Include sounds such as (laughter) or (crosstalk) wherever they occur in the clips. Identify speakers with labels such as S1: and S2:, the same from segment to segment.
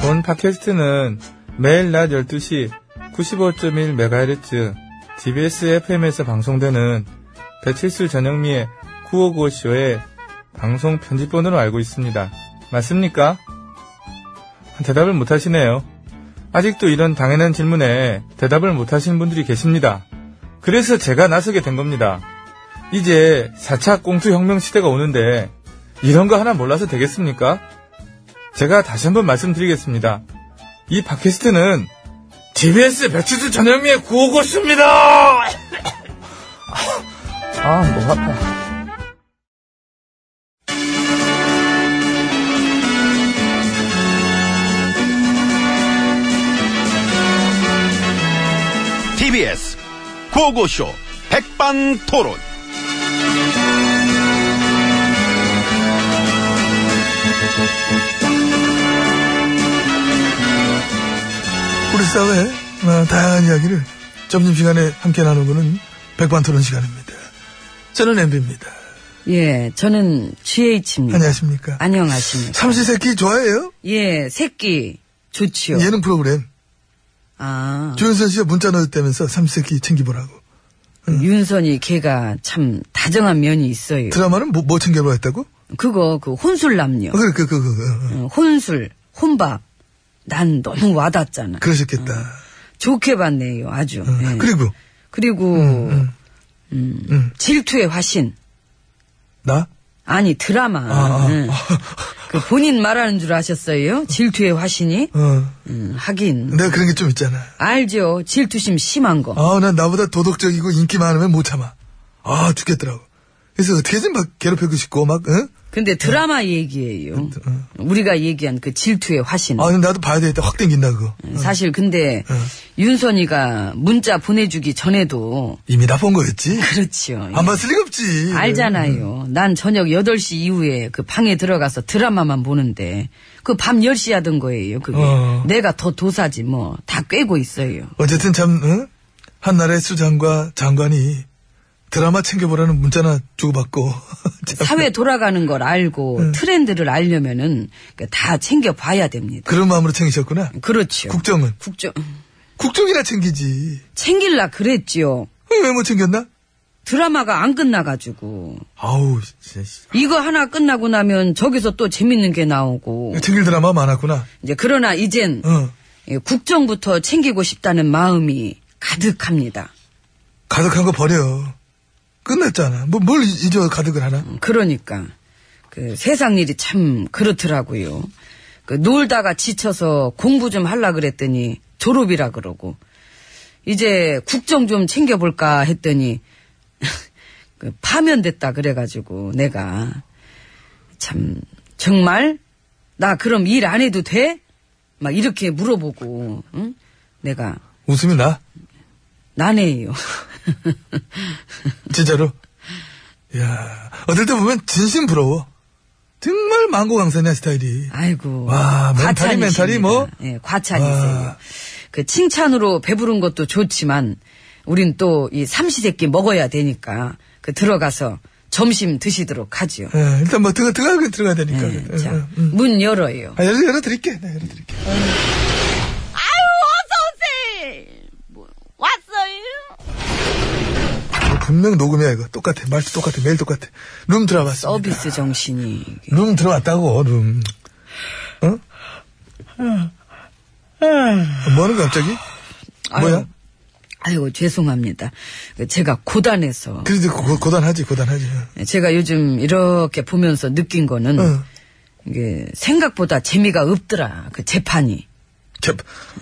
S1: 본 팟캐스트는 매일 낮 12시 95.1MHz TBS FM에서 방송되는 배칠수 전영미의 9595쇼의 방송 편집본으로 알고 있습니다. 맞습니까? 대답을 못하시네요. 아직도 이런 당연한 질문에 대답을 못하시는 분들이 계십니다. 그래서 제가 나서게 된 겁니다. 이제 4차 공수혁명 시대가 오는데 이런 거 하나 몰라서 되겠습니까? 제가 다시 한번 말씀드리겠습니다. 이 팟캐스트는 TBS 배치수 전영미의 구호고수입니다! 아, 너무 아파.
S2: TBS 고고쇼 백반토론.
S3: 우리 사회의 어, 다양한 이야기를 점심시간에 함께 나누고는 백반토론 시간입니다. 저는 MB입니다.
S4: 예, 저는 GH입니다.
S3: 안녕하십니까.
S4: 아, 안녕하십니까.
S3: 삼시세끼 좋아해요?
S4: 예, 새끼 좋지요.
S3: 예능 프로그램.
S4: 아,
S3: 조윤선 씨가 문자 넣었다면서 삼시세끼 챙겨보라고. 음.
S4: 윤선이 걔가 참 다정한 면이 있어요.
S3: 드라마는 뭐, 뭐 챙겨보라 했다고? 어,
S4: 그거 그 혼술남녀,
S3: 그래, 그, 그, 그, 그, 어,
S4: 어, 혼술, 혼밥. 난 너무 와닿잖아.
S3: 그러셨겠다. 어,
S4: 좋게 봤네요, 아주. 예.
S3: 음, 그리고, 음,
S4: 그리고 음, 질투의 화신.
S3: 나?
S4: 아니 드라마.
S3: 아, 아.
S4: 응. 그 본인 말하는 줄 아셨어요? 질투의 화신이.
S3: 어,
S4: 음, 하긴
S3: 내가 그런 게 좀 있잖아.
S4: 알죠. 질투심 심한 거.
S3: 아, 난 나보다 도덕적이고 인기 많으면 못 참아. 아, 죽겠더라고. 그래서 어떻게든 막 괴롭히고 싶고, 막, 응?
S4: 근데 드라마 얘기예요. 우리가 얘기한 그 질투의 화신.
S3: 아, 나도 봐야 되겠다. 확 땡긴다, 그거.
S4: 사실 근데
S3: 예.
S4: 윤선이가 문자 보내주기 전에도
S3: 이미 다 본 거였지?
S4: 그렇지요.
S3: 안 봤을 리가 없지. 음.
S4: 알잖아요. 난 저녁 8시 이후에 그 방에 들어가서 드라마만 보는데 그 밤 10시 하던 거예요. 그게.
S3: 어.
S4: 내가 더 도사지 뭐 다 꿰고 있어요.
S3: 어쨌든 참, 응? 한나라의 수장과 장관이 드라마 챙겨보라는 문자나 주고받고. (laughs) 참.
S4: 사회 돌아가는 걸 알고
S3: 예.
S4: 트렌드를 알려면은 그다 챙겨 봐야 됩니다.
S3: 그런 마음으로 챙기셨구나.
S4: 그렇죠.
S3: 국정은.
S4: 국정
S3: 국정이나 챙기지.
S4: 챙길라 그랬지요.
S3: 왜 못 챙겼나?
S4: 드라마가 안 끝나가지고
S3: 아우, 진짜. 씨.
S4: 이거 하나 끝나고 나면 저기서 또 재밌는 게 나오고
S3: 챙길 드라마 많았구나.
S4: 이제 그러나 이젠
S3: 응.
S4: 예, 국정부터 챙기고 싶다는 마음이 가득합니다.
S3: 가득한 거 버려. 끝났잖아. 뭐, 뭘 잊어 가득을 하나?
S4: 그러니까 그 세상 일이 참 그렇더라고요. 그 놀다가 지쳐서 공부 좀 하려 그랬더니 졸업이라 그러고 이제 국정 좀 챙겨볼까 했더니 (laughs) 그 파면됐다 그래가지고 내가 참 정말 나 그럼 일 안 해도 돼? 막 이렇게 물어보고 응? 내가
S3: 웃음이 나.
S4: 나네요. (laughs)
S3: 진짜로. 야 어떨 때 보면 진심 부러워. 정말 망고강산이야, 스타일이.
S4: 아이고.
S3: 와, 멘탈이
S4: 과찬이십니다.
S3: 멘탈이 뭐?
S4: 예, 과찬이세요.
S3: 와.
S4: 그 칭찬으로 배부른 것도 좋지만, 우린 또 이 삼시세끼 먹어야 되니까, 그 들어가서 점심 드시도록 하죠.
S3: 예, 일단 뭐, 들어가, 들어가, 들어가야 되니까.
S4: 예,
S3: 예,
S4: 자,
S3: 예.
S4: 문 열어요.
S3: 아, 열어, 열어드릴게. 네, 열어드릴게. 어, 분명 녹음이야, 이거. 똑같아. 말투 똑같아. 매일 똑같아. 룸 들어왔어.
S4: 서비스 정신이.
S3: 룸 들어왔다고, 룸. 응? 뭐하는 거야, 갑자기? 뭐야?
S4: 아이고, 죄송합니다. 그 제가 고단해서. 예,
S3: 그래도 고, 고단하지, 고단하지.
S4: 제가 요즘 이렇게 보면서 느낀 거는,
S3: 응.
S4: 이게 생각보다 재미가 없더라. 그 재판이.
S3: 캡.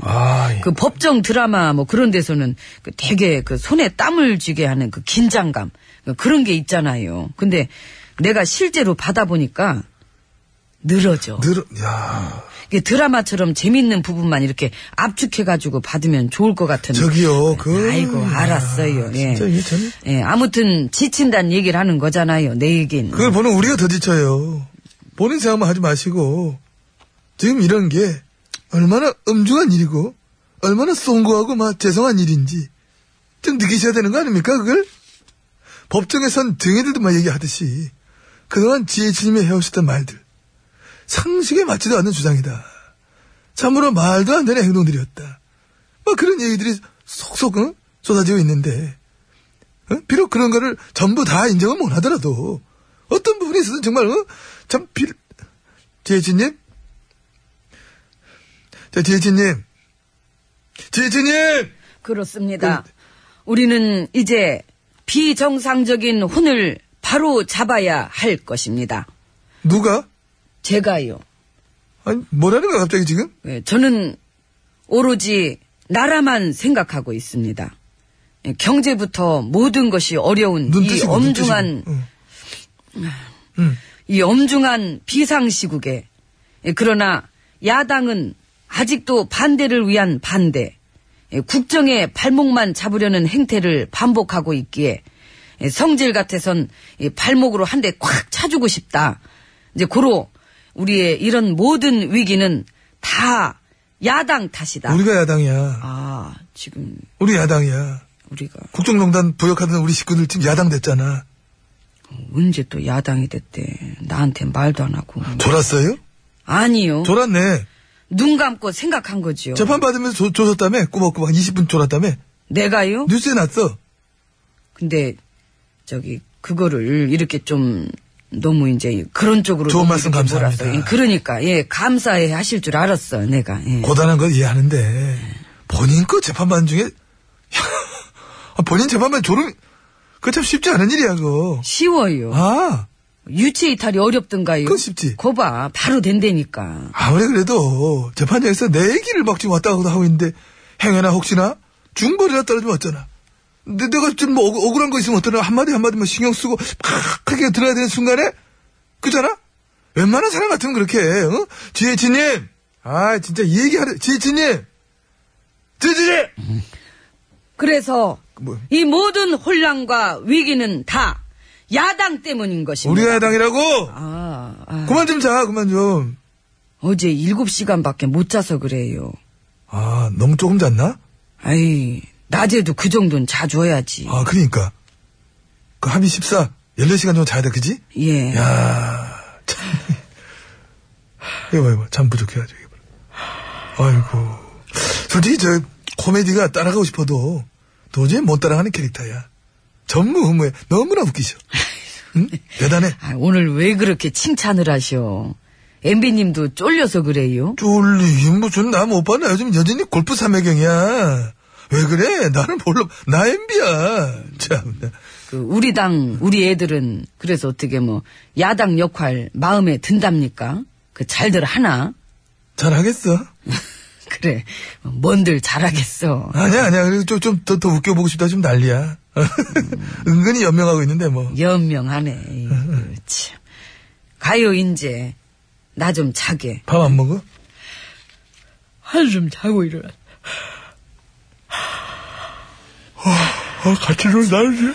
S3: 아, 예.
S4: 그 법정 드라마 뭐 그런 데서는 그 되게 그 손에 땀을 쥐게 하는 그 긴장감 그런게 있잖아요. 근데 내가 실제로 받아보니까 늘어져.
S3: 늘어, 야
S4: 이게 드라마처럼 재밌는 부분만 이렇게 압축해가지고 받으면 좋을 것 같은.
S3: 저기요, 그.
S4: 아이고 알았어요.
S3: 아,
S4: 예.
S3: 진짜 이게 참.
S4: 예, 아무튼 지친다는 얘기를 하는 거잖아요. 내 얘기는.
S3: 그걸 보는 우리가 더 지쳐요. 본인 생각만 하지 마시고 지금 이런 게 얼마나 엄중한 일이고 얼마나 송구하고 막 죄송한 일인지 좀 느끼셔야 되는 거 아닙니까 그걸? 법정에선 등애들도 막 얘기하듯이 그동안 지혜진님이 해오셨던 말들 상식에 맞지도 않는 주장이다. 참으로 말도 안 되는 행동들이었다. 막 그런 얘기들이 속속 응? 쏟아지고 있는데 응? 비록 그런 거를 전부 다 인정은 못하더라도 어떤 부분에 있어서 정말 응? 참 빌... 지혜진님? 자 지혜진님 지혜진님
S4: 그렇습니다. 우리는 이제 비정상적인 혼을 바로 잡아야 할 것입니다.
S3: 누가?
S4: 제가요.
S3: 아니 뭐라는 거야 갑자기 지금?
S4: 예, 저는 오로지 나라만 생각하고 있습니다. 예, 경제부터 모든 것이 어려운
S3: 눈
S4: 이
S3: 뜨시고 눈
S4: 엄중한
S3: 뜨시고. 음. 응. 응.
S4: 이 엄중한 비상시국에 예, 그러나 야당은 아직도 반대를 위한 반대 예, 국정의 발목만 잡으려는 행태를 반복하고 있기에 예, 성질 같아선 이 발목으로 한 대 꽉 차주고 싶다 이제 고로 우리의 이런 모든 위기는 다 야당 탓이다
S3: 우리가 야당이야
S4: 아 지금
S3: 우리 야당이야
S4: 우리가
S3: 국정농단 부역하던 우리 식구들 지금 야당 됐잖아
S4: 언제 또 야당이 됐대 나한테 말도 안 하고
S3: 졸았어요?
S4: 음. 아니요
S3: 졸았네
S4: 눈 감고 생각한 거지요
S3: 재판 받으면서 조, 조졌다며 꾸벅꾸벅 20분 졸았다며
S4: 내가요?
S3: 뉴스에 났어
S4: 근데 저기 그거를 이렇게 좀 너무 이제 그런 쪽으로
S3: 좋은
S4: 너무
S3: 말씀
S4: 이렇게
S3: 감사합니다.
S4: 몰았어. 예, 그러니까 예 감사해 하실 줄 알았어 내가. 예.
S3: 고단한 건 이해하는데 본인 거 재판반 중에 (laughs) 아, 본인 재판반 졸음 그거 참 쉽지 않은 일이야 그거
S4: 쉬워요.
S3: 아
S4: 유체 이탈이 어렵던가요?
S3: 그건 쉽지.
S4: 거봐 바로 된다니까.
S3: 아무리 그래도 재판장에서 내 얘기를 막 지금 왔다 갔다 하고 있는데 행여나 혹시나 중벌이나 떨어지면 어쩌나 근데 내가 좀 뭐 억울한 거 있으면 어떠나 한마디 한마디만 뭐 신경 쓰고 팍 크게 들어야 되는 순간에 그잖아 웬만한 사람 같으면 그렇게 해, 어? 지혜진님 아 진짜 이 얘기하려 지혜진님 지혜진님
S4: 그래서
S3: 뭐.
S4: 이 모든 혼란과 위기는 다 야당 때문인 것입니다.
S3: 우리 야당이라고
S4: 아, 아,
S3: 그만 좀 자, 그만 좀.
S4: 어제 7시간밖에 못 자서 그래요.
S3: 아, 너무 조금 잤나?
S4: 아이 낮에도 그 정도는 자줘야지.
S3: 아, 그러니까. 그 합의 14, 14시간 정도 자야 돼, 그지?
S4: 예.
S3: 야 참. 이거 봐, 이거 봐. 잠 부족해가지고. 이거 봐. 아이고. 솔직히 저 코미디가 따라가고 싶어도 도저히 못 따라가는 캐릭터야. 전무후무해. 너무나 웃기셔. 응? 대단해.
S4: 아, 오늘 왜 그렇게 칭찬을 하셔? 엠비님도 쫄려서 그래요?
S3: 쫄리, 무슨, 나 못 봤나? 요즘 여전히 골프 삼매경이야. 왜 그래? 나는 별로, 나 엠비야. 참.
S4: 그 우리 당 우리 애들은 그래서 어떻게 뭐 야당 역할 마음에 든답니까? 그 잘들 하나? (laughs)
S3: 잘하겠어.
S4: 그래 뭔들 잘하겠어.
S3: 아니야, 아니야. 그리고 좀, 좀 더, 더 웃겨보고 싶다. 지금 난리야. (laughs) 은근히 연명하고 있는데, 뭐.
S4: 연명하네. 이거 그 참. 가요 이제 나 좀 자게.
S3: 밥 안 먹어?
S4: 한숨 자고 일어나.
S3: 아, 같이 놀 나는데.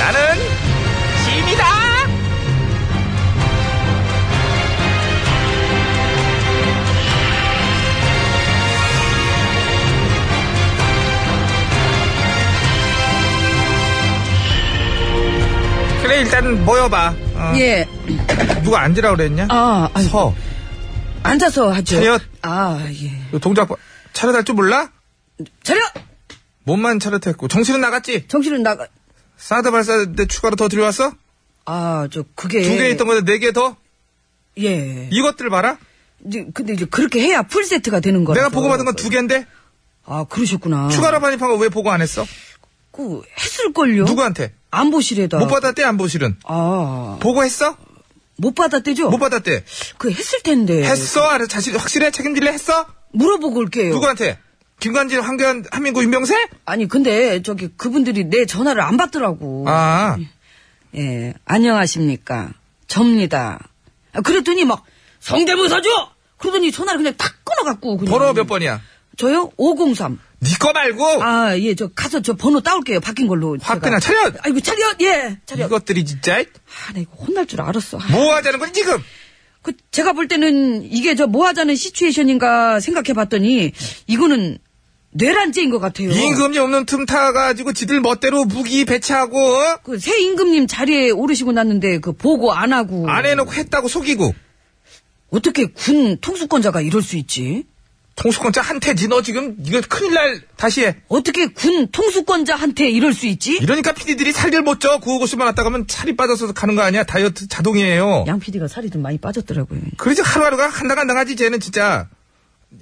S2: 나는 짐이다.
S1: 다들 모여봐. 어,
S4: 예.
S1: 누가 앉으라 그랬냐?
S4: 아, 아니,
S1: 서.
S4: 앉아서 하죠.
S1: 차렷.
S4: 아, 예.
S1: 너 동작 봐. 차렷할 줄 몰라?
S4: 차렷!
S1: 몸만 차렷했고 정신은 나갔지.
S4: 정신은 나가,
S1: 사드 발사대 추가로 더 들여왔어?
S4: 아, 저, 그게.
S1: 두 개 있던 건데 네 개 더?
S4: 예.
S1: 이것들 봐라.
S4: 이제 근데 이제 그렇게 해야 풀세트가 되는 거라서.
S1: 내가 보고 받은 건 두 개인데
S4: 아, 그러셨구나.
S1: 추가로 반입한 거 왜 보고 안 했어?
S4: 그, 했을걸요?
S1: 누구한테?
S4: 안 보시래다.
S1: 못 받았대 안 보실은?
S4: 아,
S1: 보고했어?
S4: 못 받았대죠?
S1: 못 받았대.
S4: 그, 했을 텐데.
S1: 했어? 알아 자신 확실해 책임질래 했어?
S4: 물어보고 올게요.
S1: 누구한테? 김관진, 황교안, 한민구, 윤병세?
S4: 아니, 근데, 저기, 그분들이 내 전화를 안 받더라고.
S1: 아,
S4: 예, 안녕하십니까. 접니다. 아, 그랬더니 막, 성대모사죠? 그러더니 전화를 그냥 탁 끊어갖고. 그냥.
S1: 번호 몇 번이야? 네
S4: 저요? 503.
S1: 니거 말고
S4: 아, 예, 저 가서 저 번호 따올게요. 바뀐 걸로.
S1: 확
S4: 제가.
S1: 그냥 차렷!
S4: 아이고, 차렷! 예, 차렷.
S1: 이것들이 진짜
S4: 아, 나 이거 혼날 줄 알았어. 아,
S1: 뭐 하자는 거지 지금?
S4: 그, 제가 볼 때는 이게 저 뭐 하자는 시츄에이션인가 생각해 봤더니, 이거는 뇌란죄인 것 같아요.
S1: 임금이 없는 틈 타가지고 지들 멋대로 무기 배치하고 어?
S4: 그, 새 임금님 자리에 오르시고 났는데, 그, 보고 안 하고.
S1: 안 해놓고 했다고 속이고
S4: 어떻게 군 통수권자가 이럴 수 있지?
S1: 통수권자 한태지 너 지금 이거 큰일 날 다시 해
S4: 어떻게 군 통수권자한테 이럴 수 있지?
S1: 이러니까 피디들이 살들 못쪄 구호고시만 왔다 가면 살이 빠져서 가는 거 아니야 다이어트 자동이에요
S4: 양 PD가 살이 좀 많이 빠졌더라고요.
S1: 그러지 하루하루가 한당한당하지 쟤는 진짜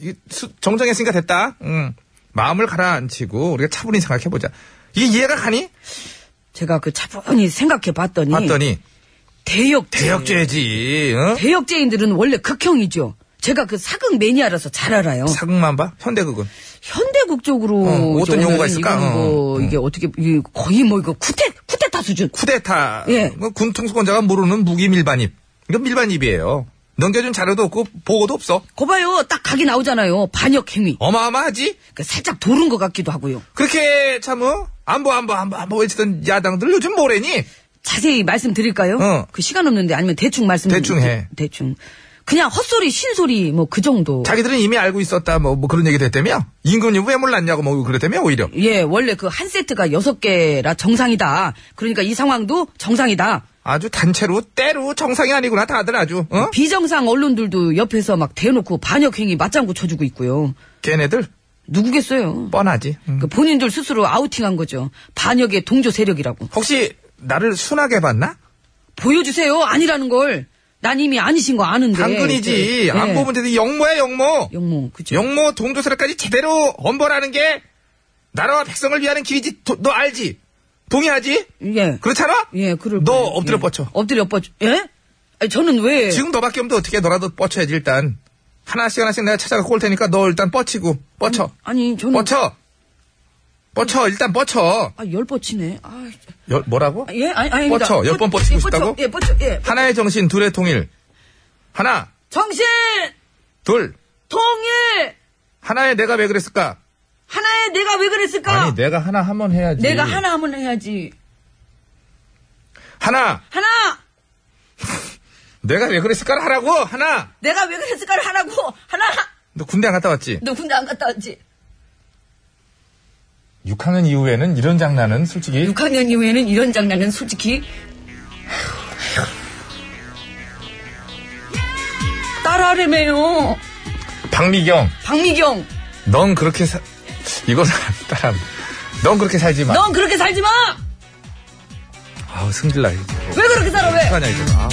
S1: 이 수- 정정했으니까 됐다 응. 마음을 가라앉히고 우리가 차분히 생각해보자 이게 이해가 가니?
S4: 제가 그 차분히 생각해 봤더니
S1: 봤더니
S4: 대역죄.
S1: 대역죄지 응?
S4: 인들은 원래 극형이죠. 제가 그 사극 매니아라서 잘 알아요.
S1: 사극만 봐 현대 극은
S4: 현대극 쪽으로
S1: 어,
S4: 이제
S1: 어떤
S4: 오늘은
S1: 용어가 있을까?
S4: 이건 뭐
S1: 어,
S4: 이게 어떻게 이게 거의 뭐 이거 쿠테 쿠데타 수준.
S1: 쿠데타.
S4: 예.
S1: 뭐 군통수권자가 모르는 무기 밀반입. 이건 밀반입이에요. 넘겨준 자료도 없고 보고도 없어.
S4: 거봐요, 딱 각이 나오잖아요. 반역 행위.
S1: 어마어마하지?
S4: 그러니까 살짝 도른 것 같기도 하고요.
S1: 그렇게 참 어? 안보 안보 안보 안보 외치던 야당들 요즘 뭐래니?
S4: 자세히 말씀드릴까요?
S1: 어.
S4: 그 시간 없는데 아니면 대충 말씀
S1: 대충 해.
S4: 대, 충 그냥 헛소리 신소리 뭐 그 정도.
S1: 자기들은 이미 알고 있었다 뭐, 뭐 그런 얘기 됐다며? 임금님 왜 몰랐냐고 뭐 그랬다며 오히려.
S4: 예, 원래 그 한 세트가 여섯 개라 정상이다. 그러니까 이 상황도 정상이다.
S1: 아주 단체로 때로 정상이 아니구나 다들 아주. 어?
S4: 비정상 언론들도 옆에서 막 대놓고 반역행위 맞장구 쳐주고 있고요.
S1: 걔네들
S4: 누구겠어요?
S1: 뻔하지. 음.
S4: 그 본인들 스스로 아우팅한 거죠. 반역의 동조 세력이라고.
S1: 혹시 나를 순하게 봤나?
S4: 보여주세요. 아니라는 걸. 난 이미 아니신 거 아는데.
S1: 당근이지.
S4: 예.
S1: 안보 문제도 영모야 영모.
S4: 영모, 그죠.
S1: 영모 동조세력까지 제대로 엄벌하는 게 나라와 백성을 위하는 길이지. 도- 너 알지? 동의하지?
S4: 예.
S1: 그렇잖아?
S4: 예, 그럴
S1: 너
S4: 거예요.
S1: 엎드려
S4: 예.
S1: 뻗쳐.
S4: 엎드려 뻗쳐. 예? 아니, 저는 왜.
S1: 지금 너밖에 없는데 어떻게 해? 너라도 뻗쳐야지 일단. 하나씩 하나씩 내가 찾아갖고 올 테니까 너 일단 뻗치고 뻗쳐.
S4: 아니, 저는.
S1: 뻗쳐. 뻗쳐 일단 뻗쳐.
S4: 아, 열 뻗치네. 아,
S1: 열- 뭐라고?
S4: 아, 예? 아니, 아니.
S1: 뻗쳐.
S4: 그러니까
S1: 열번
S4: 뻗-
S1: 뻗치고
S4: 예, 뻗쳐.
S1: 싶다고?
S4: 예, 뻗쳐. 예.
S1: 하나의 정신 둘의 통일. 하나
S4: 정신!
S1: 둘
S4: 통일!
S1: 하나의 내가 왜 그랬을까?
S4: 하나에 내가 왜 그랬을까?
S1: 아니 내가 네. 하나 하면 해야지.
S4: 내가 하나 하면 해야지.
S1: 하나
S4: 하나!
S1: 내가 왜 그랬을까 하라고 하나.
S4: 내가 왜 그랬을까를 하라고! 하나!
S1: 너 군대 안 갔다 왔지?
S4: 너 군대 안 갔다 왔지?
S1: 6학년 이후에는 이런 장난은 솔직히
S4: 6학년 이후에는 이런 장난은 솔직히. 따라하래매요.
S1: 박미경,
S4: 박미경,
S1: 넌 그렇게 사, 이건 (laughs) 따라, 넌 그렇게 살지 마.
S4: 넌 그렇게 살지 마!
S1: 아우, 승질나.
S4: 왜 그렇게 살아, 왜?
S1: 어떡하냐, 이거. 아.